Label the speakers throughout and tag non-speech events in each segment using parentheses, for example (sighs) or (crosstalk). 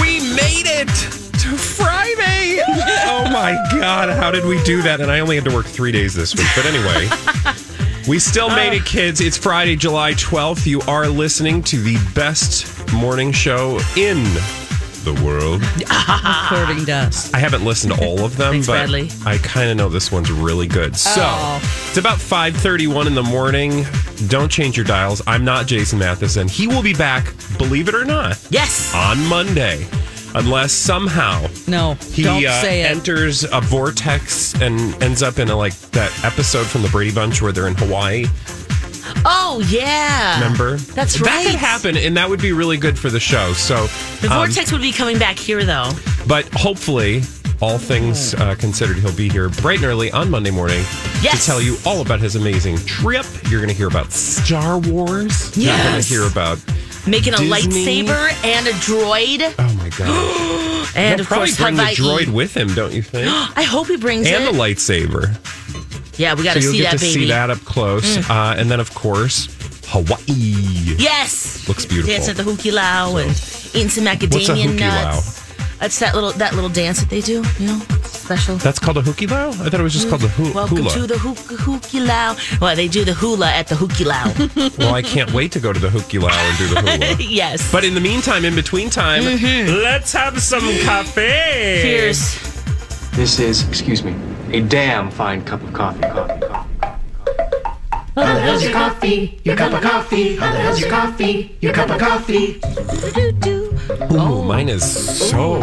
Speaker 1: We made it to Friday. oh my God, how did we do that? And I only had to work three days this week. But (laughs) anyway, we still made it, kids. It's Friday, July 12th. You are listening to the best morning show in the world.
Speaker 2: according to us.
Speaker 1: I haven't listened to all of them,
Speaker 2: Thanks,
Speaker 1: but
Speaker 2: Bradley.
Speaker 1: I kind of know this one's really good. So
Speaker 2: Oh.
Speaker 1: it's about 5:31 in the morning. Don't change your dials. I'm not Jason Matheson. He will be back, believe it or not,
Speaker 2: Yes.
Speaker 1: on Monday, unless somehow
Speaker 2: No.
Speaker 1: he
Speaker 2: don't
Speaker 1: uh,
Speaker 2: say it.
Speaker 1: enters a vortex and ends up in a, like that episode from the Brady Bunch where they're in Hawaii.
Speaker 2: oh yeah.
Speaker 1: Remember?
Speaker 2: That's
Speaker 1: That could
Speaker 2: right.
Speaker 1: happen, and that would be really good for the show. So,
Speaker 2: The
Speaker 1: um,
Speaker 2: vortex would be coming back here though.
Speaker 1: but hopefully, all
Speaker 2: Oh.
Speaker 1: things uh, considered, he'll be here bright and early on Monday morning to
Speaker 2: Yes.
Speaker 1: tell you all about his amazing trip. You're going to hear about Star Wars. You're going to
Speaker 2: Yes.
Speaker 1: hear about.
Speaker 2: Making a
Speaker 1: Disney.
Speaker 2: lightsaber and a droid,
Speaker 1: Oh my god!
Speaker 2: (gasps) and
Speaker 1: He'll
Speaker 2: of
Speaker 1: probably
Speaker 2: course
Speaker 1: bring
Speaker 2: Hawaii.
Speaker 1: the droid with him, don't you think?
Speaker 2: (gasps) I hope he brings
Speaker 1: and
Speaker 2: it.
Speaker 1: the lightsaber.
Speaker 2: yeah, we got
Speaker 1: So
Speaker 2: to
Speaker 1: you'll
Speaker 2: see
Speaker 1: get
Speaker 2: that
Speaker 1: to
Speaker 2: baby. Mm.
Speaker 1: see that up close. Uh, and then, of course, Hawaii.
Speaker 2: Yes.
Speaker 1: Looks beautiful.
Speaker 2: Dance at the hukilau and eating some
Speaker 1: What's a
Speaker 2: macadamia
Speaker 1: hukilau?
Speaker 2: nuts. That's that little that little dance that they do. You know, special.
Speaker 1: That's called a hookie lao? I thought it was just called a hoo-
Speaker 2: Welcome
Speaker 1: hula.
Speaker 2: to the hook hukilau. Well, they do the hula at the
Speaker 1: (laughs)
Speaker 2: hukilau.
Speaker 1: well, I can't wait to go to the hookie lao and do the hula.
Speaker 2: (laughs) yes. Mm-hmm.
Speaker 1: but in the meantime, in between time, let's have
Speaker 2: (gasps)
Speaker 1: some cafe.
Speaker 2: Cheers.
Speaker 3: This is, excuse me, a damn fine cup of coffee. Coffee, coffee, coffee.
Speaker 4: How the hell's your coffee? Your cup of coffee. How the hell's your coffee? Your cup of coffee.
Speaker 1: Ooh,
Speaker 2: Oh.
Speaker 1: mine is so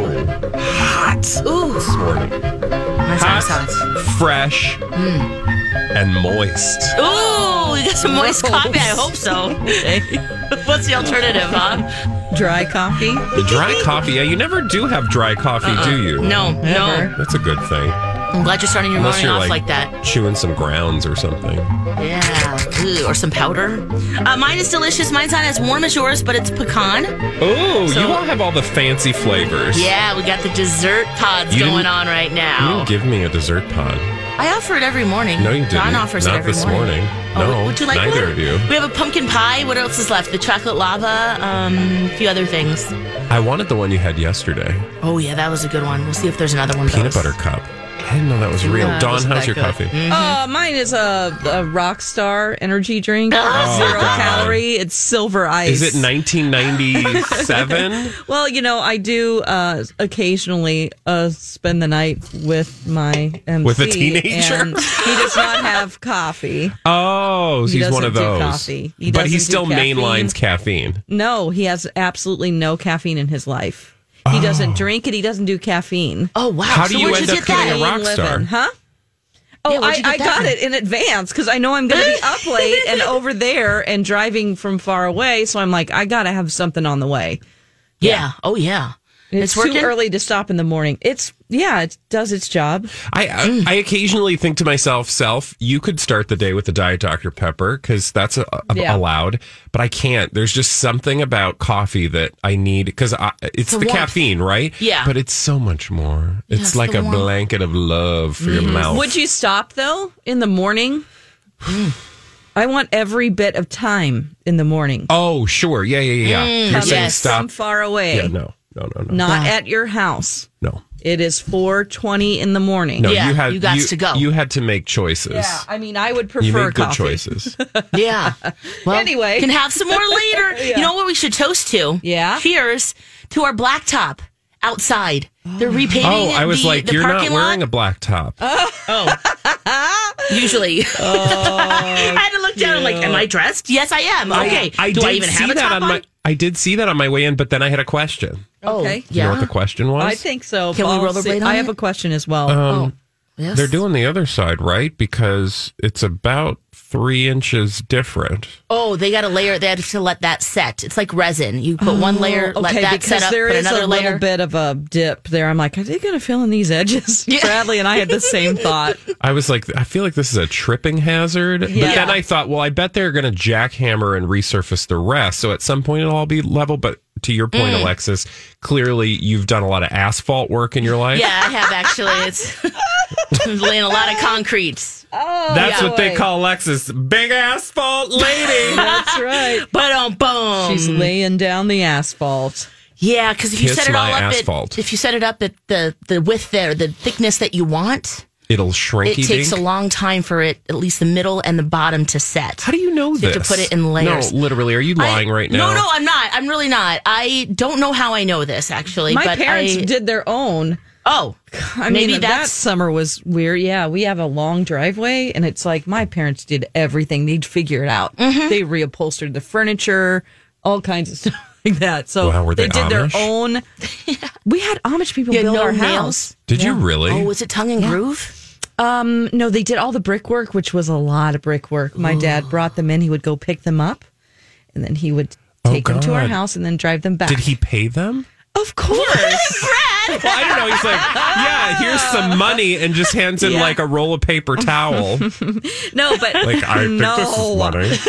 Speaker 1: hot this morning.
Speaker 2: Mine's
Speaker 1: Hot, fresh,
Speaker 2: Mm.
Speaker 1: and moist.
Speaker 2: Ooh, we got some moist coffee. I hope so. (laughs) What's the alternative, huh?
Speaker 5: Dry coffee.
Speaker 1: The dry coffee. Yeah, you never do have dry coffee, do you?
Speaker 2: Uh-uh. No, no.
Speaker 5: Never.
Speaker 1: That's a good thing.
Speaker 2: I'm glad you're starting your
Speaker 1: Unless
Speaker 2: morning
Speaker 1: you're
Speaker 2: off
Speaker 1: like,
Speaker 2: like that.
Speaker 1: chewing some grounds or something.
Speaker 2: Yeah. Ooh, or some powder. Uh, mine is delicious. Mine's not as warm as yours, but it's pecan.
Speaker 1: Oh,
Speaker 2: So-
Speaker 1: you all have all the fancy flavors.
Speaker 2: Yeah, we got the dessert pods
Speaker 1: You
Speaker 2: going
Speaker 1: didn't-
Speaker 2: on right
Speaker 1: You
Speaker 2: now.
Speaker 1: didn't give me a dessert pod.
Speaker 2: I offer it every morning.
Speaker 1: No, you didn't.
Speaker 2: Don offers
Speaker 1: Not
Speaker 2: it every
Speaker 1: this
Speaker 2: morning.
Speaker 1: morning.
Speaker 2: Oh,
Speaker 1: No,
Speaker 2: would you like
Speaker 1: neither
Speaker 2: one?
Speaker 1: of you.
Speaker 2: We have a pumpkin pie. What else is left? The chocolate lava. Um, a few other things.
Speaker 1: I wanted the one you had yesterday.
Speaker 2: Oh yeah, that was a good one. We'll see if there's another one. of
Speaker 1: Peanut
Speaker 2: those.
Speaker 1: butter cup. I didn't know that was real.
Speaker 5: Yeah,
Speaker 1: Dawn,
Speaker 5: wasn't
Speaker 1: how's
Speaker 5: that
Speaker 1: your
Speaker 5: good.
Speaker 1: coffee?
Speaker 5: Uh, mine is a, a rock star energy drink.
Speaker 2: Oh,
Speaker 5: Zero
Speaker 1: God.
Speaker 5: calorie. It's silver ice.
Speaker 1: Is it (laughs) 1997?
Speaker 5: Well, you know, I do uh, occasionally uh, spend the night with my MC.
Speaker 1: With a teenager?
Speaker 5: and he does not have coffee.
Speaker 1: oh,
Speaker 5: He
Speaker 1: he's one of
Speaker 5: doesn't do
Speaker 1: those.
Speaker 5: coffee. He
Speaker 1: but he
Speaker 5: doesn't do
Speaker 1: still
Speaker 5: caffeine.
Speaker 1: mainlines caffeine.
Speaker 5: No, he has absolutely no caffeine in his life. He
Speaker 1: Oh.
Speaker 5: doesn't drink it. He doesn't do caffeine.
Speaker 2: Oh wow!
Speaker 1: How do
Speaker 2: so
Speaker 1: you
Speaker 2: where'd
Speaker 1: end
Speaker 2: you
Speaker 1: up
Speaker 2: get
Speaker 1: getting
Speaker 2: that?
Speaker 1: a rock star?
Speaker 5: huh? Oh,
Speaker 2: Yeah, where'd
Speaker 5: I,
Speaker 2: you get
Speaker 5: I
Speaker 2: that
Speaker 5: got
Speaker 2: from?
Speaker 5: it in advance because I know I'm going to be
Speaker 2: (laughs)
Speaker 5: up late and over there and driving from far away. So I'm like, I got to have something on the way.
Speaker 2: Yeah. Oh yeah. It's,
Speaker 5: It's,
Speaker 2: working.
Speaker 5: too early to stop in the morning. It's yeah, it does its job.
Speaker 1: I,
Speaker 2: Mm.
Speaker 1: I I occasionally think to myself, self, you could start the day with a diet Dr Pepper because that's a, a-
Speaker 5: Yeah.
Speaker 1: allowed, but I can't. There's just something about coffee that I need because it's the,
Speaker 2: warmth.
Speaker 1: caffeine, right?
Speaker 2: Yeah.
Speaker 1: but it's so much more. It's,
Speaker 2: it's
Speaker 1: like
Speaker 2: the Mm.
Speaker 1: a
Speaker 2: warmth.
Speaker 1: blanket of love for your mouth.
Speaker 5: Would you stop though in the morning? (sighs) I want every bit of time in the morning.
Speaker 1: Oh, sure. Yeah, yeah, yeah. yeah. You're saying
Speaker 2: Mm, yes.
Speaker 5: From
Speaker 1: stop.
Speaker 5: far away,
Speaker 1: Yeah, no, no, no, no,
Speaker 5: not at your house.
Speaker 1: no.
Speaker 5: It is four twenty in the morning.
Speaker 1: No,
Speaker 2: Yeah,
Speaker 1: you had
Speaker 2: you gots to go.
Speaker 1: You had to make choices.
Speaker 5: Yeah, I mean, I would prefer
Speaker 1: you made good
Speaker 5: coffee.
Speaker 2: (laughs)
Speaker 1: choices.
Speaker 2: (laughs) Yeah. Well,
Speaker 5: Anyway. (laughs)
Speaker 2: can have some more later. You know what we should toast to?
Speaker 5: Yeah.
Speaker 2: Cheers to our blacktop outside. They're repaving.
Speaker 1: Oh, I was
Speaker 2: the,
Speaker 1: like,
Speaker 2: the
Speaker 1: you're not
Speaker 2: parking
Speaker 1: wearing
Speaker 2: lot.
Speaker 1: a
Speaker 2: Oh.
Speaker 1: black top.
Speaker 5: (laughs)
Speaker 2: Usually, (laughs)
Speaker 5: Oh,
Speaker 2: I had to look down. I'm like, am I dressed? Yes, I am. Okay.
Speaker 1: I
Speaker 2: Do
Speaker 1: did
Speaker 2: I even
Speaker 1: see
Speaker 2: have a
Speaker 1: that
Speaker 2: top
Speaker 1: on
Speaker 2: on? Oh,
Speaker 1: my. I did see that on my way in, but then I had a question.
Speaker 5: Okay.
Speaker 1: You know what
Speaker 2: Yeah.
Speaker 1: the question was?
Speaker 5: I think so.
Speaker 2: Can we
Speaker 5: Paul,
Speaker 2: rollerblade
Speaker 5: see-
Speaker 2: on
Speaker 5: I
Speaker 2: it?
Speaker 5: have a question as well.
Speaker 1: Um,
Speaker 2: Yes.
Speaker 1: They're doing the other side, right? Because it's about three inches different.
Speaker 2: Oh, they got to layer. They have to let that set. It's like resin. You put one layer, let
Speaker 5: Oh, okay,
Speaker 2: that set
Speaker 5: because
Speaker 2: up,
Speaker 5: there
Speaker 2: put
Speaker 5: is
Speaker 2: another
Speaker 5: a
Speaker 2: layer.
Speaker 5: little bit of a dip there. I'm like, are they going to fill in these edges? (laughs) Bradley and I had the
Speaker 2: (laughs)
Speaker 5: same thought.
Speaker 1: I was like, I feel like this is a tripping hazard. But then I thought, well, I bet they're going to jackhammer and resurface the rest. So at some point, it'll all be level. But to your point,
Speaker 2: Mm.
Speaker 1: Alexis, clearly you've done a lot of asphalt work in your life.
Speaker 2: Yeah, I have actually. It's (laughs) laying a lot of concrete.
Speaker 1: That's what they call Alexis, big asphalt lady.
Speaker 2: (laughs)
Speaker 5: That's right.
Speaker 2: But um, boom.
Speaker 5: She's laying down the asphalt.
Speaker 2: Yeah, because if you
Speaker 1: Kiss
Speaker 2: set it
Speaker 1: my
Speaker 2: all up,
Speaker 1: asphalt.
Speaker 2: At, if you set it up at the the width there, the thickness that you want,
Speaker 1: It'll shrinky
Speaker 2: it takes a
Speaker 1: dink.
Speaker 2: long time for it, at least the middle and the bottom, to set.
Speaker 1: How do you know
Speaker 2: You
Speaker 1: this?
Speaker 2: have to put it in layers.
Speaker 1: No, literally. Are you lying right now?
Speaker 2: No, no, I'm not. I'm really not. I don't know how I know this actually.
Speaker 5: My
Speaker 2: but
Speaker 5: parents
Speaker 2: I,
Speaker 5: did their own.
Speaker 2: Oh,
Speaker 5: I
Speaker 2: maybe
Speaker 5: mean, that
Speaker 2: that's
Speaker 5: summer was weird. Yeah, we have a long driveway, and it's like my parents did everything. They'd figure it out.
Speaker 2: Mm-hmm.
Speaker 5: They reupholstered the furniture, all kinds of (laughs) stuff like that. So
Speaker 1: Wow, were they
Speaker 5: did their
Speaker 1: Amish?
Speaker 2: (laughs)
Speaker 5: own. We had Amish people
Speaker 2: You had
Speaker 5: build
Speaker 2: no
Speaker 5: our
Speaker 2: nails?
Speaker 5: house.
Speaker 1: Did you really?
Speaker 2: Oh, was it tongue and groove?
Speaker 5: No, they did all the brickwork, which was a lot of brickwork. My dad brought them in. He would go pick them up, and then he would
Speaker 1: Oh,
Speaker 5: take them to our
Speaker 1: God.
Speaker 5: house and then drive them back.
Speaker 1: Did he pay them? (laughs)
Speaker 5: Of course.
Speaker 2: Brad,
Speaker 1: Well, I don't know. He's like, yeah, here's some money, and just hands him
Speaker 5: Yeah.
Speaker 1: like a roll of
Speaker 2: (laughs)
Speaker 1: paper towel.
Speaker 5: no, but
Speaker 1: Like, I think
Speaker 5: no,
Speaker 1: this is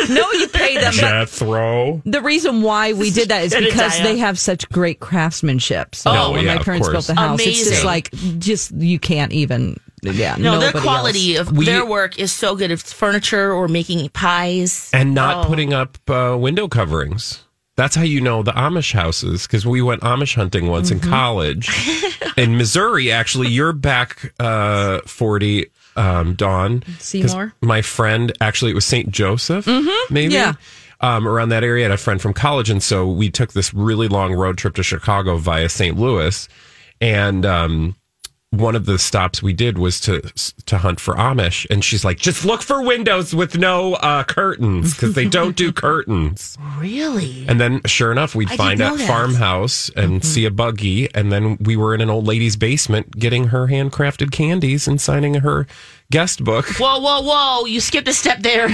Speaker 1: money.
Speaker 5: no, you pay them. But
Speaker 1: Jethro.
Speaker 5: the reason why we did that is
Speaker 2: Gonna
Speaker 5: because
Speaker 2: die
Speaker 5: they
Speaker 2: up.
Speaker 5: have such great craftsmanship. So
Speaker 1: Oh,
Speaker 5: when
Speaker 1: yeah,
Speaker 5: my
Speaker 1: of
Speaker 5: parents
Speaker 1: course.
Speaker 5: built the house, it's just
Speaker 2: Amazing.
Speaker 5: like just you can't even. Yeah,
Speaker 2: no, their
Speaker 5: nobody
Speaker 2: quality
Speaker 5: else.
Speaker 2: of their work is so good. It's furniture or making pies.
Speaker 1: And
Speaker 5: Oh.
Speaker 1: not putting up uh, window coverings. That's how you know the Amish houses, because we went Amish hunting once
Speaker 5: Mm-hmm.
Speaker 1: in
Speaker 5: (laughs)
Speaker 1: college. in Missouri, actually, you're back uh, 40, um, Dawn. 'cause
Speaker 5: Seymour? Mm-hmm.
Speaker 1: My friend, actually, it was St. Joseph, maybe?
Speaker 5: Yeah.
Speaker 1: Um, around that area, I had a friend from college, and so we took this really long road trip to Chicago via St. Louis, and um, one of the stops we did was to to hunt for Amish, and she's like, "Just look for windows with no uh, curtains because they don't do curtains."
Speaker 2: Really?
Speaker 1: And then, sure enough, we'd
Speaker 2: I
Speaker 1: find
Speaker 2: didn't
Speaker 1: a
Speaker 2: know that. Mm-hmm.
Speaker 1: farmhouse and see a buggy, and then we were in an old lady's basement getting her handcrafted candies and signing her guest book.
Speaker 2: Whoa, whoa, whoa! You skipped a
Speaker 1: (laughs)
Speaker 2: step there.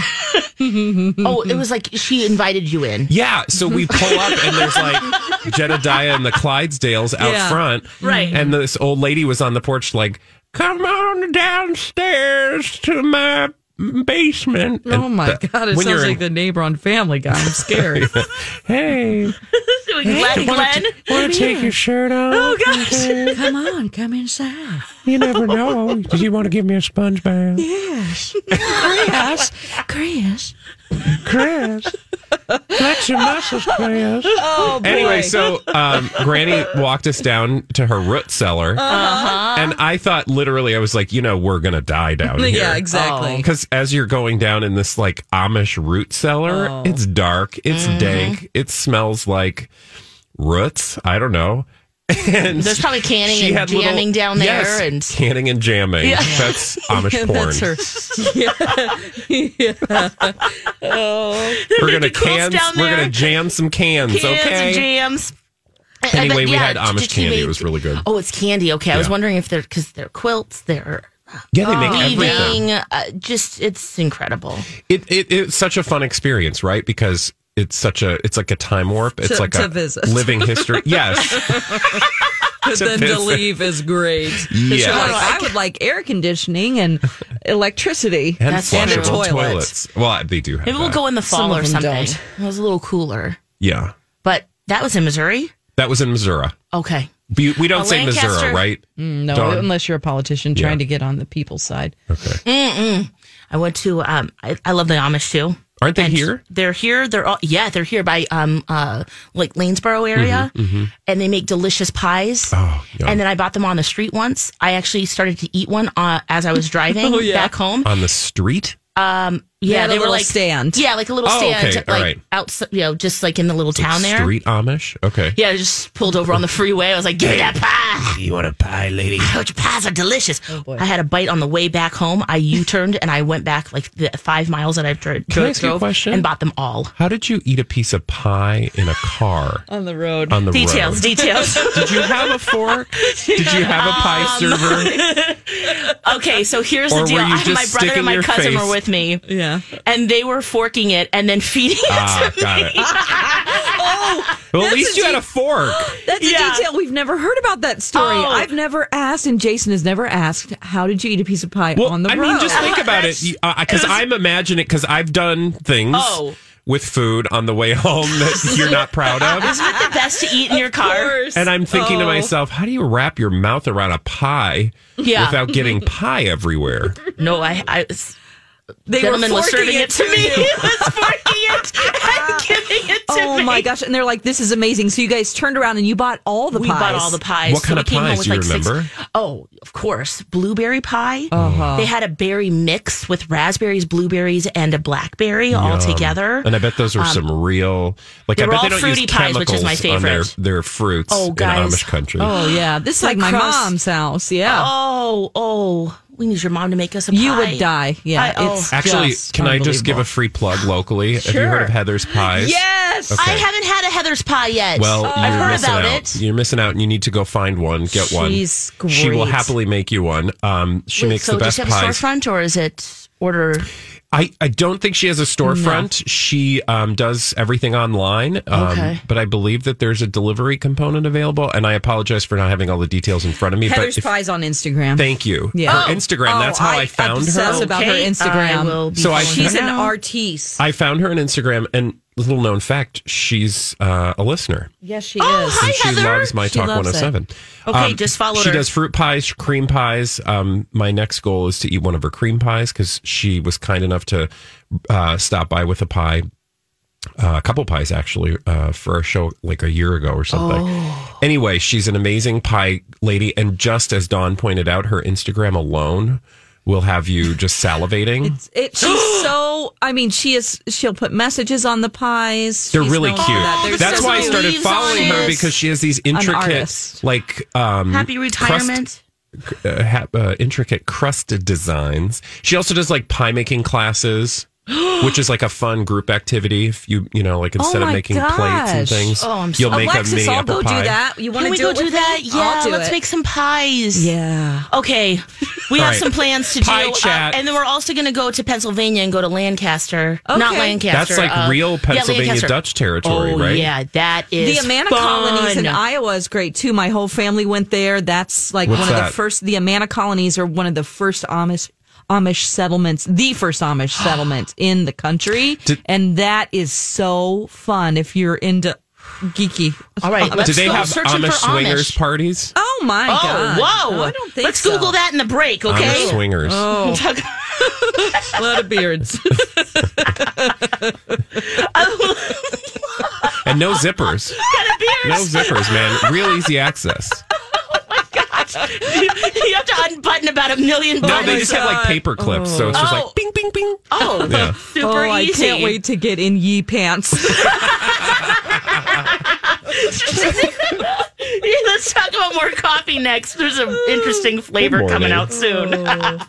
Speaker 2: oh, it was like she invited you in.
Speaker 1: Yeah, so we pull up and there's like
Speaker 5: (laughs)
Speaker 1: Jedediah and the Clydesdales out
Speaker 5: Yeah.
Speaker 1: front.
Speaker 2: Right.
Speaker 1: And this old lady was on the porch like, Come on downstairs to my basement.
Speaker 5: Oh
Speaker 1: And
Speaker 5: my
Speaker 1: the-
Speaker 5: god! It
Speaker 1: when
Speaker 5: sounds
Speaker 1: you're
Speaker 5: like
Speaker 1: in-
Speaker 5: the neighbor on Family Guy. I'm scared.
Speaker 1: (laughs) Hey,
Speaker 2: Glenn, Glenn.
Speaker 1: want to take your shirt off? (laughs) Oh gosh.
Speaker 5: come on, come inside.
Speaker 1: You never know. Did you want to give me a sponge bath?
Speaker 5: (laughs) Chris, (laughs) Chris.
Speaker 1: Chris. Flex your muscles,
Speaker 2: (laughs)
Speaker 1: Chris.
Speaker 5: Oh boy.
Speaker 1: Anyway, so um, Granny walked us down to her root cellar,
Speaker 2: Uh-huh.
Speaker 1: and I thought literally, I was like, you know, we're gonna die down here.
Speaker 5: yeah, exactly.
Speaker 1: Because as you're going down in this like Amish root cellar,
Speaker 2: Oh.
Speaker 1: it's dark, it's dank, it smells like roots. I don't know. (laughs) And
Speaker 2: There's probably canning
Speaker 1: she
Speaker 2: and
Speaker 1: had little-
Speaker 2: jamming down there
Speaker 1: Yes,
Speaker 2: and-
Speaker 1: canning and jamming.
Speaker 2: (laughs)
Speaker 1: That's Amish porn.
Speaker 5: That's her.
Speaker 2: (laughs)
Speaker 1: We're gonna
Speaker 2: making quilts
Speaker 1: cans.
Speaker 2: down
Speaker 1: We're
Speaker 2: there.
Speaker 1: gonna jam some cans.
Speaker 2: Cans
Speaker 1: okay.
Speaker 2: and jams. I- I
Speaker 1: Anyway,
Speaker 2: bet-
Speaker 1: we
Speaker 2: yeah,
Speaker 1: had Amish
Speaker 2: did she
Speaker 1: candy.
Speaker 2: make-
Speaker 1: It was really good.
Speaker 2: Oh, it's candy. Okay, I was
Speaker 1: Yeah.
Speaker 2: wondering if they're because they're quilts, they're
Speaker 1: Yeah, they
Speaker 2: Oh,
Speaker 1: make everything.
Speaker 2: weaving. Uh, just it's incredible.
Speaker 1: It, it it's such a fun experience, right? Because it's such a it's like a time warp. It's
Speaker 5: To-
Speaker 1: like
Speaker 5: to
Speaker 1: a
Speaker 5: visit.
Speaker 1: living
Speaker 5: (laughs)
Speaker 1: history. Yes,
Speaker 5: But then to
Speaker 1: visit.
Speaker 5: leave is great. 'Cause you're
Speaker 1: Yeah.
Speaker 5: like, I would like air conditioning and
Speaker 1: (laughs)
Speaker 5: electricity
Speaker 1: and
Speaker 2: That's
Speaker 1: flushable
Speaker 2: true.
Speaker 5: Toilet.
Speaker 1: toilets. Well, they do have.
Speaker 2: Maybe we'll
Speaker 1: that.
Speaker 2: go in the fall
Speaker 5: Some of
Speaker 2: or
Speaker 5: them
Speaker 2: something.
Speaker 5: don't.
Speaker 2: It was a little cooler,
Speaker 1: Yeah,
Speaker 2: but that was in Missouri.
Speaker 1: that was in Missouri.
Speaker 2: Okay,
Speaker 1: We, we don't
Speaker 2: Oh,
Speaker 1: say Missouri,
Speaker 2: Lancaster. Mm.
Speaker 1: right?
Speaker 5: No,
Speaker 1: Dawn?
Speaker 5: unless you're a politician trying to get on the people's side.
Speaker 2: I went to. Um, I, I love the Amish too.
Speaker 1: Aren't they here?
Speaker 2: They're here. They're all yeah. They're here by um uh like Lanesboro area, and they make delicious pies.
Speaker 1: Mm-hmm, Oh, yum.
Speaker 2: And then I bought them on
Speaker 5: (laughs)
Speaker 2: the street once. I actually started to eat one uh, as I was driving
Speaker 5: Oh, yeah.
Speaker 2: back home.
Speaker 1: On the street.
Speaker 2: Yeah,
Speaker 5: had a
Speaker 2: they were
Speaker 5: little
Speaker 2: like
Speaker 5: stand.
Speaker 2: Yeah, like a little
Speaker 1: Oh,
Speaker 2: stand,
Speaker 1: okay, all
Speaker 2: like
Speaker 1: right.
Speaker 2: outside, you know, just like in the little town there.
Speaker 1: Street Amish? Okay.
Speaker 2: Yeah, I just pulled over on the freeway. I was like, "Give me that pie."
Speaker 1: You want a pie, lady?
Speaker 2: Oh, your pies are delicious.
Speaker 5: Oh,
Speaker 2: I had a bite on the way back home. I U-turned and I went back like the five miles that I've dri-
Speaker 1: Can I
Speaker 2: dri-
Speaker 1: ask you a
Speaker 2: drove
Speaker 1: question?
Speaker 2: and bought them all.
Speaker 1: How did you eat a piece of pie in a car
Speaker 5: on the road.
Speaker 1: on the
Speaker 2: Details,
Speaker 1: road? (laughs)
Speaker 2: details.
Speaker 1: Did you have a
Speaker 2: (laughs)
Speaker 1: fork? Did you have a pie
Speaker 2: Um,
Speaker 1: server?
Speaker 2: okay, so here's
Speaker 1: Or
Speaker 2: the
Speaker 1: were
Speaker 2: deal.
Speaker 1: you
Speaker 2: I- my
Speaker 1: just
Speaker 2: brother
Speaker 1: sticking
Speaker 2: and my
Speaker 1: your
Speaker 2: cousin
Speaker 1: face-
Speaker 2: were with me,
Speaker 5: (laughs) yeah.
Speaker 2: and they were forking it and then (laughs) feeding it
Speaker 1: Ah,
Speaker 2: to
Speaker 1: got
Speaker 2: me.
Speaker 1: it. Well, at least you had a fork.
Speaker 5: Oh,
Speaker 2: (gasps)
Speaker 5: That's
Speaker 2: Yeah.
Speaker 5: a detail we've never heard about that story.
Speaker 2: Oh.
Speaker 5: I've never asked, and Jason has never asked, how did you eat a piece of pie
Speaker 1: Well,
Speaker 5: on the
Speaker 1: I
Speaker 5: road?
Speaker 1: mean, just think about it, because I'm imagining because I've done things
Speaker 2: Oh.
Speaker 1: with food on the way (laughs) home
Speaker 2: (laughs)
Speaker 1: that you're not proud of,
Speaker 2: Isn't it the best to eat in your car?
Speaker 1: and I'm thinking
Speaker 2: Oh.
Speaker 5: Oh.
Speaker 1: to myself, how do you wrap your mouth around a pie
Speaker 2: Yeah. Mm-hmm.
Speaker 1: without getting pie
Speaker 2: (laughs)
Speaker 1: everywhere?
Speaker 2: No, I, I was.
Speaker 5: they
Speaker 2: gentleman was
Speaker 5: forking
Speaker 2: serving it to me.
Speaker 1: (laughs)
Speaker 5: you.
Speaker 2: (laughs) He was forking it and giving it to
Speaker 5: (laughs) oh
Speaker 2: me.
Speaker 5: my gosh! And they're like, "This is amazing!" So you guys turned around and you bought all the
Speaker 2: We
Speaker 5: pies.
Speaker 2: bought all the pies.
Speaker 1: What
Speaker 2: So
Speaker 1: kind
Speaker 2: we
Speaker 1: of
Speaker 2: came home
Speaker 1: pies
Speaker 2: with
Speaker 1: do you
Speaker 2: like six-
Speaker 1: remember?
Speaker 2: oh, of course, blueberry pie.
Speaker 5: Uh-huh.
Speaker 2: They had a berry mix with raspberries, blueberries, and a blackberry all together.
Speaker 1: And I bet those are some real, like
Speaker 2: they
Speaker 1: I bet
Speaker 2: were
Speaker 1: they
Speaker 2: Um, all
Speaker 1: don't
Speaker 2: fruity
Speaker 1: use
Speaker 2: pies, which is my
Speaker 1: chemicals on their,
Speaker 2: favorite.
Speaker 1: their fruits
Speaker 2: Oh,
Speaker 1: in
Speaker 2: guys.
Speaker 1: Amish country.
Speaker 5: Oh yeah, this is
Speaker 2: Like
Speaker 5: like my
Speaker 2: crust.
Speaker 5: mom's house. Yeah,
Speaker 2: Oh, oh, we need your mom to make us a pie.
Speaker 5: you would die. Yeah,
Speaker 2: I- oh.
Speaker 5: it's
Speaker 1: Actually,
Speaker 5: just
Speaker 1: can I just give a
Speaker 5: unbelievable.
Speaker 1: free plug locally? Have you heard of Heather's Pies?
Speaker 5: yes?
Speaker 1: Okay.
Speaker 2: I haven't had a Heather's pie yet.
Speaker 1: Well,
Speaker 5: Uh,
Speaker 2: I've
Speaker 1: you're
Speaker 2: heard
Speaker 1: missing
Speaker 2: about
Speaker 1: out.
Speaker 2: it.
Speaker 1: You're missing out, and you need to go find one. Get one.
Speaker 5: She's
Speaker 1: She will
Speaker 5: great.
Speaker 1: happily make you one. Um, she
Speaker 2: Wait,
Speaker 1: makes
Speaker 2: so
Speaker 1: the best
Speaker 2: just have
Speaker 1: pies.
Speaker 2: a storefront, or is it order?
Speaker 1: I, I don't think she has a storefront. She um, does everything online. Um,
Speaker 2: Okay.
Speaker 1: But I believe that there's a delivery component available. And I apologize for not having all the details in front of me.
Speaker 5: Heather's
Speaker 1: but if-
Speaker 5: pies on Instagram.
Speaker 1: Thank you.
Speaker 5: Yeah.
Speaker 2: Oh.
Speaker 1: Her Instagram. that's how I, found
Speaker 5: Oh, obsess
Speaker 1: her.
Speaker 5: about her
Speaker 2: Okay,
Speaker 5: Instagram.
Speaker 2: I will be
Speaker 1: So I-
Speaker 2: following
Speaker 5: She's an
Speaker 2: her.
Speaker 5: artiste.
Speaker 1: I found her on Instagram. And little known fact, she's uh, a listener.
Speaker 5: yes, she
Speaker 2: Oh, hi,
Speaker 1: and she
Speaker 2: Heather.
Speaker 1: loves my
Speaker 5: She
Speaker 1: talk
Speaker 5: loves it.
Speaker 1: 107
Speaker 2: Okay, just follow
Speaker 1: Um, she
Speaker 2: her.
Speaker 1: does fruit pies cream pies um, my next goal is to eat one of her cream pies because she was kind enough to uh, stop by with a pie uh, a couple pies actually uh, for a show like a year ago or something
Speaker 5: Oh.
Speaker 1: anyway she's an amazing pie lady and just as dawn pointed out her instagram alone will have you just salivating
Speaker 5: It's-
Speaker 1: (gasps)
Speaker 5: It, she's so. I mean, she is. She'll put messages on the pies.
Speaker 1: They're
Speaker 5: She's
Speaker 1: really
Speaker 5: known
Speaker 1: cute.
Speaker 5: for that. There's
Speaker 1: That's
Speaker 5: so
Speaker 1: why I
Speaker 5: many-
Speaker 2: many
Speaker 1: started
Speaker 2: leaves
Speaker 1: following
Speaker 2: on
Speaker 1: her
Speaker 2: it.
Speaker 1: because she has these intricate,
Speaker 5: artist.
Speaker 1: like um,
Speaker 2: Happy retirement.
Speaker 1: crust, uh, ha- uh, intricate crusted designs. She also does like pie making
Speaker 2: (gasps)
Speaker 1: classes, which is like a fun group activity. If you you know, like instead of
Speaker 5: my
Speaker 1: making plates and
Speaker 5: gosh.
Speaker 1: things,
Speaker 2: Oh, I'm
Speaker 1: you'll make a
Speaker 5: Alexis,
Speaker 1: mini
Speaker 5: I'll
Speaker 1: apple
Speaker 5: go
Speaker 1: pie.
Speaker 5: do that. You
Speaker 2: Can
Speaker 5: want to
Speaker 2: we
Speaker 5: do
Speaker 2: go
Speaker 5: it with
Speaker 2: do that?
Speaker 5: me?
Speaker 2: Yeah,
Speaker 5: I'll do
Speaker 2: let's
Speaker 5: it.
Speaker 2: make some pies.
Speaker 5: Yeah.
Speaker 2: Okay, we
Speaker 1: All
Speaker 2: have
Speaker 1: right.
Speaker 2: some plans to
Speaker 1: Pie
Speaker 2: do, uh,
Speaker 1: chat.
Speaker 2: and then we're also going to go to Pennsylvania and go to Lancaster. Not
Speaker 5: Okay.
Speaker 2: Lancaster.
Speaker 1: That's like
Speaker 2: uh,
Speaker 1: real
Speaker 2: yeah,
Speaker 1: Pennsylvania
Speaker 2: Lancaster.
Speaker 1: Dutch territory,
Speaker 2: oh,
Speaker 1: right?
Speaker 2: Yeah, that
Speaker 5: The
Speaker 2: is
Speaker 5: Amana
Speaker 2: fun.
Speaker 5: colonies in Iowa is great too. My whole family went there. That's like
Speaker 1: What's
Speaker 5: one of
Speaker 1: that?
Speaker 5: the first. The Amana colonies are one of the first Amish Amish settlements, the
Speaker 2: (gasps)
Speaker 5: first Amish settlement in the country,
Speaker 1: Did-
Speaker 5: and that is so fun if you're into geeky.
Speaker 2: All right, let's
Speaker 1: Do they
Speaker 2: go
Speaker 1: have
Speaker 2: searching
Speaker 1: Amish
Speaker 2: for
Speaker 1: swingers
Speaker 2: Amish.
Speaker 1: parties?
Speaker 5: Oh my
Speaker 2: Oh,
Speaker 5: god!
Speaker 2: whoa!
Speaker 5: No, I don't think
Speaker 2: Let's
Speaker 5: so. Oh.
Speaker 2: Google that in the break, okay? Oh.
Speaker 1: Amish swingers.
Speaker 2: (laughs)
Speaker 5: (laughs) A lot of beards.
Speaker 1: And no
Speaker 2: (laughs)
Speaker 1: zippers. No zippers, man. Real easy access.
Speaker 2: Oh (laughs) you have to unbutton about a million
Speaker 1: No,
Speaker 2: buttons.
Speaker 1: they just have like paper clips. So it's just
Speaker 2: Oh.
Speaker 1: like bing, bing, bing.
Speaker 2: oh,
Speaker 1: (laughs) Yeah.
Speaker 5: oh,
Speaker 2: (laughs) super
Speaker 5: I
Speaker 2: easy.
Speaker 5: can't wait to get in
Speaker 1: (laughs)
Speaker 5: ye (laughs) pants.
Speaker 2: (laughs) Yeah, Let's talk about more coffee next. There's an interesting flavor
Speaker 1: Good
Speaker 2: coming
Speaker 1: morning.
Speaker 2: out soon.
Speaker 5: Oh.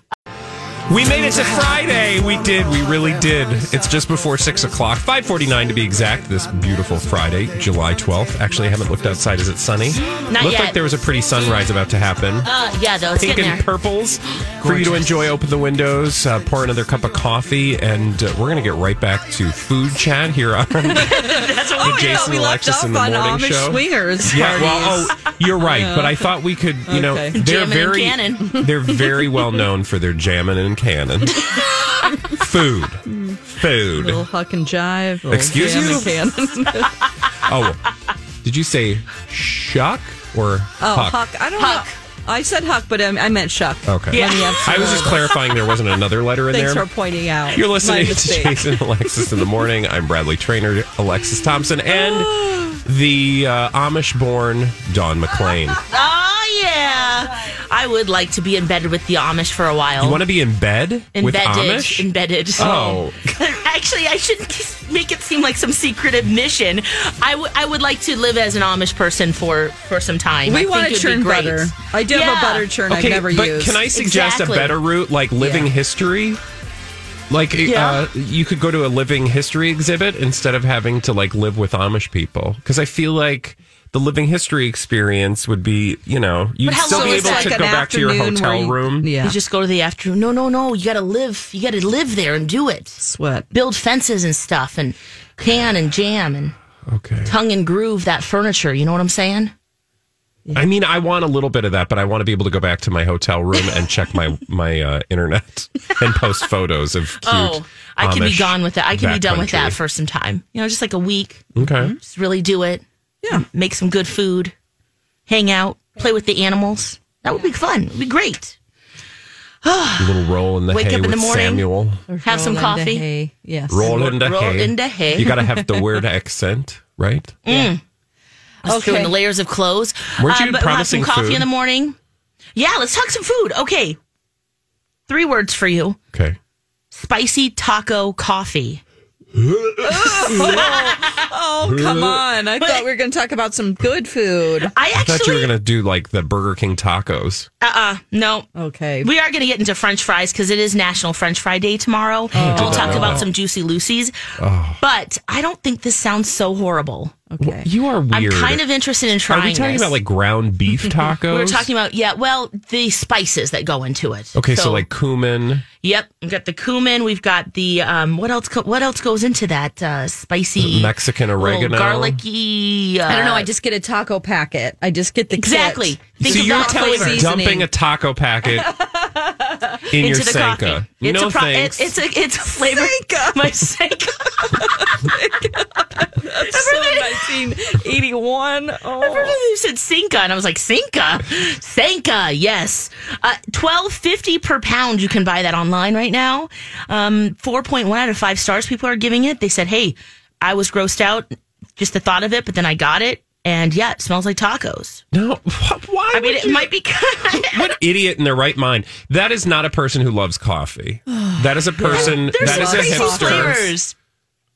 Speaker 1: We made it to Friday. We did. We really did. It's just before six o'clock, five forty-nine to be exact. This beautiful Friday, July twelfth. Actually, I haven't looked outside. Is it sunny?
Speaker 2: Not
Speaker 1: Looked
Speaker 2: yet.
Speaker 1: like there was a pretty sunrise about to happen.
Speaker 2: (laughs) uh, yeah, though, it's
Speaker 1: Pink
Speaker 2: getting
Speaker 1: and
Speaker 2: there.
Speaker 1: purples for you to enjoy. Open the windows, uh, pour another cup of coffee, and uh, we're gonna get right back to food chat here on
Speaker 2: (laughs) That's what
Speaker 1: the Jason
Speaker 5: we
Speaker 1: and
Speaker 5: left
Speaker 1: Alexis
Speaker 5: off
Speaker 1: in the
Speaker 5: on
Speaker 1: morning
Speaker 5: Amish
Speaker 1: show.
Speaker 5: swingers.
Speaker 1: Yeah, well,
Speaker 5: parties.
Speaker 1: oh, you're right. But I thought we could, you know,
Speaker 5: Okay.
Speaker 1: they're
Speaker 2: Jammin' and
Speaker 1: very,
Speaker 2: cannin'.
Speaker 5: (laughs)
Speaker 1: they're very well known for their jamming and cannon. Food,
Speaker 5: little
Speaker 1: food.
Speaker 5: huck and jive. little
Speaker 1: Excuse
Speaker 5: jam
Speaker 1: you?
Speaker 5: and can.
Speaker 1: Oh, did you say shuck or
Speaker 5: Oh,
Speaker 1: huck?
Speaker 5: Huck. I don't know. I said Huck, but um, I meant Shuck.
Speaker 1: Okay,
Speaker 5: Let me have some
Speaker 1: I was
Speaker 5: more
Speaker 1: just
Speaker 5: of it.
Speaker 1: clarifying there wasn't another letter in
Speaker 5: Thanks
Speaker 1: there.
Speaker 5: for pointing out.
Speaker 1: You're
Speaker 5: my
Speaker 1: listening to
Speaker 5: mistake.
Speaker 1: Jason and Alexis in the morning. I'm Bradley Trainer, Alexis
Speaker 5: (gasps)
Speaker 1: Thompson, and the uh, Amish-born Don McLean.
Speaker 2: Oh, Yeah. I would like to be embedded with the Amish for a while.
Speaker 1: You want to be in bed with
Speaker 2: embedded,
Speaker 1: Amish?
Speaker 2: embedded.
Speaker 1: Oh.
Speaker 2: (laughs) actually, I shouldn't (laughs) make it seem like some secret admission. I would, I would like to live as an Amish person for for some time. I
Speaker 5: We
Speaker 2: think
Speaker 5: want to
Speaker 2: it'd be
Speaker 5: churn
Speaker 2: great.
Speaker 5: butter. I do have
Speaker 2: Yeah.
Speaker 5: a butter churn I've never
Speaker 1: but
Speaker 5: used.
Speaker 1: can I suggest
Speaker 2: Exactly.
Speaker 1: a better route, like living history? Like
Speaker 2: Yeah.
Speaker 1: uh, you could go to a living history exhibit instead of having to like live with Amish people, because I feel like the living history experience would be, you know, you'd
Speaker 2: how
Speaker 1: still
Speaker 2: long
Speaker 1: be
Speaker 2: is
Speaker 1: able
Speaker 2: like
Speaker 1: to
Speaker 2: an
Speaker 1: go back to your
Speaker 5: afternoon where
Speaker 1: hotel
Speaker 5: you-
Speaker 1: room.
Speaker 5: Yeah.
Speaker 2: You just go to the afternoon. No, no, no. You got to live. You got to live there and do it.
Speaker 5: sweat.
Speaker 2: Build fences and stuff, and can and jam and
Speaker 1: Okay.
Speaker 2: tongue and groove that furniture. You know what I'm saying?
Speaker 1: I mean, I want a little bit of that, but I want to be able to go back to my hotel room and check my
Speaker 2: (laughs)
Speaker 1: my uh, internet and post photos of cute.
Speaker 2: oh, I can be
Speaker 1: Amish
Speaker 2: gone with that. I can be done with that
Speaker 1: backcountry.
Speaker 2: for some time. You know, just like a week.
Speaker 1: Okay.
Speaker 2: Just really do it.
Speaker 5: Yeah.
Speaker 2: Make some good food. Hang out. Play with the animals. That would be fun. It would be great.
Speaker 1: little roll in the
Speaker 2: Wake
Speaker 1: hay
Speaker 2: up in
Speaker 1: with
Speaker 2: the morning.
Speaker 1: Samuel.
Speaker 2: Have some coffee.
Speaker 5: Yes.
Speaker 1: Roll in the
Speaker 2: Roll
Speaker 1: hay.
Speaker 2: in the hay. Mm.
Speaker 1: You got to have the word accent, right?
Speaker 2: Let's throw in
Speaker 5: Okay.
Speaker 2: the layers of clothes. Uh,
Speaker 1: Weren't you
Speaker 2: but we'll have
Speaker 1: promising
Speaker 2: some coffee
Speaker 1: food?
Speaker 2: in the morning. Yeah, let's talk some food. Okay. Three words for you.
Speaker 1: Okay.
Speaker 2: Spicy taco coffee.
Speaker 5: Oh, come on. I thought we were going to talk about some good food.
Speaker 2: I
Speaker 1: I thought you were
Speaker 2: actually uh-uh.
Speaker 1: going to do like the Burger King tacos.
Speaker 2: no.
Speaker 5: Okay.
Speaker 2: We are going to get into French fries because it is National French Fry Day
Speaker 1: Oh.
Speaker 2: tomorrow. and we'll talk about some Juicy Lucy's. But I don't think this sounds so horrible.
Speaker 5: Okay.
Speaker 1: You are weird.
Speaker 2: I'm kind of interested in trying
Speaker 1: Are we talking
Speaker 2: this.
Speaker 1: about like ground beef tacos?
Speaker 2: (laughs) we were talking about yeah, well, the spices that go into it.
Speaker 1: Okay, so, like cumin.
Speaker 2: yep, we've got the cumin, we've got the um, what else? Co- what else goes into that uh, spicy
Speaker 1: Mexican
Speaker 2: little
Speaker 1: oregano.
Speaker 2: garlicky? Uh,
Speaker 5: I don't know. I just get a taco packet. I just get the kit.
Speaker 2: exactly. Think
Speaker 1: so
Speaker 2: of
Speaker 1: you're
Speaker 2: that
Speaker 1: telling
Speaker 2: flavor.
Speaker 1: me dumping a taco
Speaker 2: (laughs)
Speaker 1: packet in your
Speaker 2: into the
Speaker 1: Sanka.
Speaker 2: coffee. It's
Speaker 1: no
Speaker 2: a pro- it-
Speaker 1: thanks.
Speaker 2: it's a it's a flavor. My Sanka.
Speaker 5: 1981. Oh.
Speaker 2: You said Sinka, and I was like, Sinka, Sanka, yes. Uh, Twelve fifty per pound. You can buy that online right now. Um, Four point one out of five stars. People are giving it. They said, "Hey, I was grossed out just the thought of it, but then I got it, and yeah, it smells like tacos."
Speaker 1: no, wh- why?
Speaker 2: I mean,
Speaker 1: would
Speaker 2: it
Speaker 1: you-
Speaker 2: might be. (laughs)
Speaker 1: what idiot in their right mind? That is not a person who loves coffee. That
Speaker 2: (sighs)
Speaker 1: is a person.
Speaker 2: There's
Speaker 1: Mm, that
Speaker 2: so
Speaker 1: is a
Speaker 2: crazy
Speaker 1: hipster.
Speaker 2: flavors.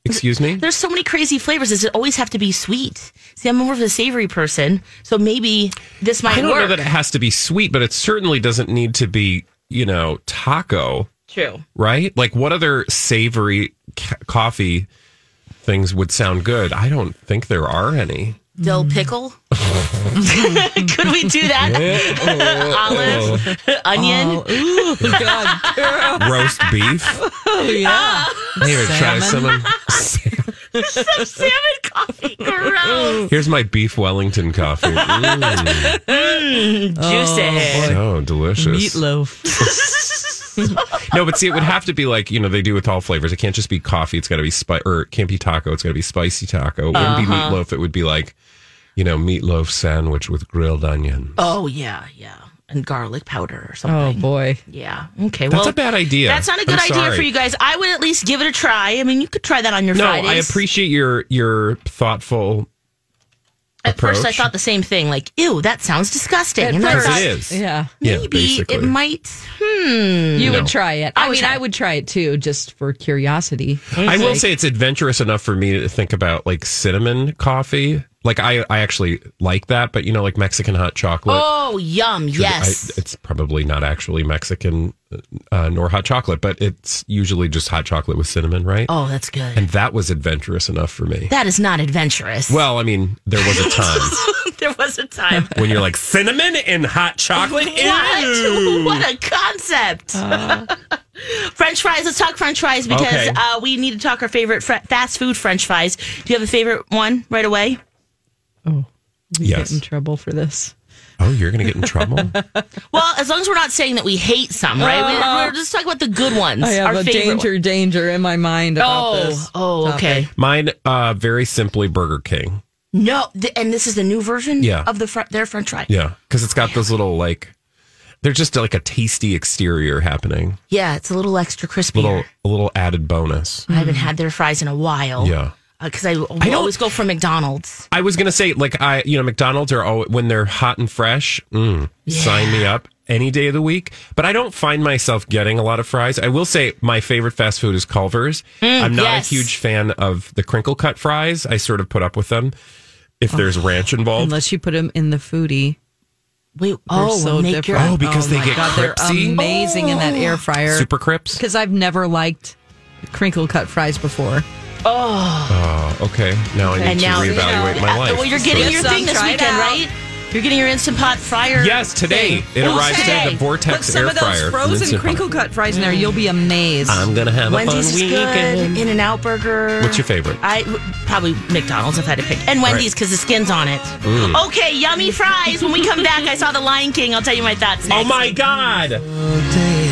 Speaker 1: Excuse me.
Speaker 2: There's so many crazy flavors. Does it always have to be sweet? See, I'm more of a savory person, so maybe this might
Speaker 1: I don't
Speaker 2: work.
Speaker 1: know that it has to be sweet, but it certainly doesn't need to be, you know, taco,
Speaker 2: True.
Speaker 1: right? Like, what other savory ca- coffee things would sound good? I don't think there are any.
Speaker 2: dill pickle. (laughs) Could we do
Speaker 1: (laughs)
Speaker 2: that? Olive,
Speaker 1: Oh.
Speaker 2: onion.
Speaker 5: Ooh, God. girl.
Speaker 1: Roast beef.
Speaker 5: Oh, yeah.
Speaker 1: Maybe try some. of-
Speaker 2: (laughs) Salmon coffee. Gross.
Speaker 1: Here's my beef Wellington coffee. Mm,
Speaker 2: Juicy.
Speaker 1: so delicious.
Speaker 5: Meatloaf.
Speaker 1: (laughs) No, but see, it would have to be like you know they do with all flavors. It can't just be coffee. It's got to be spice, or it can't be taco. It's got to be spicy taco. It wouldn't be
Speaker 2: Uh-huh.
Speaker 1: meatloaf. It would be like, you know, meatloaf sandwich with grilled onion.
Speaker 2: Oh, yeah, yeah. And garlic powder or something.
Speaker 5: Oh, boy.
Speaker 2: Yeah. Okay.
Speaker 1: That's
Speaker 2: well,
Speaker 1: a bad idea.
Speaker 2: That's not a
Speaker 1: I'm
Speaker 2: good idea
Speaker 1: sorry.
Speaker 2: for you guys. I would at least give it a try. I mean, you could try that on your
Speaker 1: No,
Speaker 2: Fridays.
Speaker 1: I appreciate your your thoughtful.
Speaker 2: At first, I
Speaker 1: approach.
Speaker 2: thought the same thing. Like, ew, that sounds disgusting. and then I
Speaker 1: Because
Speaker 2: thought,
Speaker 1: it is.
Speaker 5: Yeah.
Speaker 1: Yeah,
Speaker 2: maybe
Speaker 1: basically.
Speaker 2: it might. Hmm.
Speaker 5: You
Speaker 1: Mm, No.
Speaker 5: would try it.
Speaker 2: I
Speaker 5: I
Speaker 2: would
Speaker 5: mean,
Speaker 2: try
Speaker 5: I
Speaker 2: it.
Speaker 5: would try it too, just for curiosity.
Speaker 1: I will say it's adventurous enough for me to think about like cinnamon coffee. Like I, I actually like that, but you know, like Mexican hot chocolate.
Speaker 2: Oh, yum. Yes.
Speaker 1: I, it's probably not actually Mexican uh, nor hot chocolate, but it's usually just hot chocolate with cinnamon, right?
Speaker 2: oh, that's good.
Speaker 1: And that was adventurous enough for me.
Speaker 2: that is not adventurous.
Speaker 1: Well, I mean, there was a time
Speaker 2: (laughs) there was a time.
Speaker 1: when you're like cinnamon and hot chocolate. Ew.
Speaker 2: (laughs)
Speaker 1: Uh.
Speaker 2: What? What a concept. (laughs) French fries. Let's talk French fries because
Speaker 1: Okay.
Speaker 2: uh, we need to talk our favorite fr- fast food French fries. Do you have a favorite one right away?
Speaker 5: We
Speaker 1: Yes.
Speaker 5: get in trouble for this.
Speaker 1: Oh, you're gonna get in trouble.
Speaker 2: (laughs) Well, as long as we're not saying that we hate some, right? we, we're just talking about the good ones.
Speaker 5: Uh-huh. I have
Speaker 2: our
Speaker 5: a
Speaker 2: favorite
Speaker 5: danger, danger in my mind about
Speaker 2: ones.
Speaker 5: this.
Speaker 2: Oh, oh, okay.
Speaker 1: Mine, uh, very simply, Burger King.
Speaker 2: No, th- and this is the new version
Speaker 1: Yeah.
Speaker 2: of the fr- their French fry.
Speaker 1: Yeah, because it's got those little like, they're just like a tasty exterior happening.
Speaker 2: Yeah, it's a little extra crispy.
Speaker 1: Little a little added bonus.
Speaker 2: I haven't had their fries in a while.
Speaker 1: Yeah.
Speaker 2: because I, will
Speaker 1: I don't-
Speaker 2: always go for McDonald's.
Speaker 1: I was gonna say, like I, you know, McDonald's are oh, when they're hot and fresh. Mm, Sign me up any day of the week. But I don't find myself getting a lot of fries. I will say my favorite fast food is Culver's. I'm not
Speaker 2: Mm, yes.
Speaker 1: a huge fan of the crinkle cut fries. I sort of put up with them if there's ranch involved.
Speaker 5: Unless you put them in the foodie.
Speaker 2: Wait,
Speaker 5: They're
Speaker 2: oh,
Speaker 5: so
Speaker 2: and make your
Speaker 5: different.
Speaker 1: Oh, because they
Speaker 5: my
Speaker 1: get
Speaker 5: God, they're
Speaker 1: crispy?
Speaker 5: amazing in that air fryer.
Speaker 1: Super Crips.
Speaker 5: Because I've never liked crinkle cut fries before.
Speaker 1: Oh, okay. Now I need
Speaker 2: and
Speaker 1: to
Speaker 2: now
Speaker 1: reevaluate my
Speaker 2: Uh,
Speaker 1: life.
Speaker 2: Well, you're getting
Speaker 1: So-
Speaker 2: your
Speaker 5: Yes,
Speaker 2: thing this
Speaker 5: try it
Speaker 2: weekend,
Speaker 5: out.
Speaker 2: right? You're getting your instant pot fryer.
Speaker 1: Yes, today.
Speaker 2: thing.
Speaker 1: It
Speaker 2: Oh,
Speaker 1: arrives today at the Vortex
Speaker 5: Put some
Speaker 1: air
Speaker 5: of those
Speaker 1: fryer.
Speaker 5: frozen
Speaker 1: Instant
Speaker 5: crinkle
Speaker 1: pot.
Speaker 5: cut fries in there. You'll be amazed.
Speaker 1: I'm gonna have
Speaker 2: Wendy's
Speaker 1: a
Speaker 2: is
Speaker 1: fun
Speaker 2: good.
Speaker 1: weekend.
Speaker 2: In and Out Burger.
Speaker 1: What's your favorite?
Speaker 2: I w- probably McDonald's if I had to pick, and Wendy's because the skin's on it. Okay, yummy fries. When we come back, I saw The Lion King. I'll tell you my thoughts. Next.
Speaker 1: Oh my Oh god!
Speaker 6: day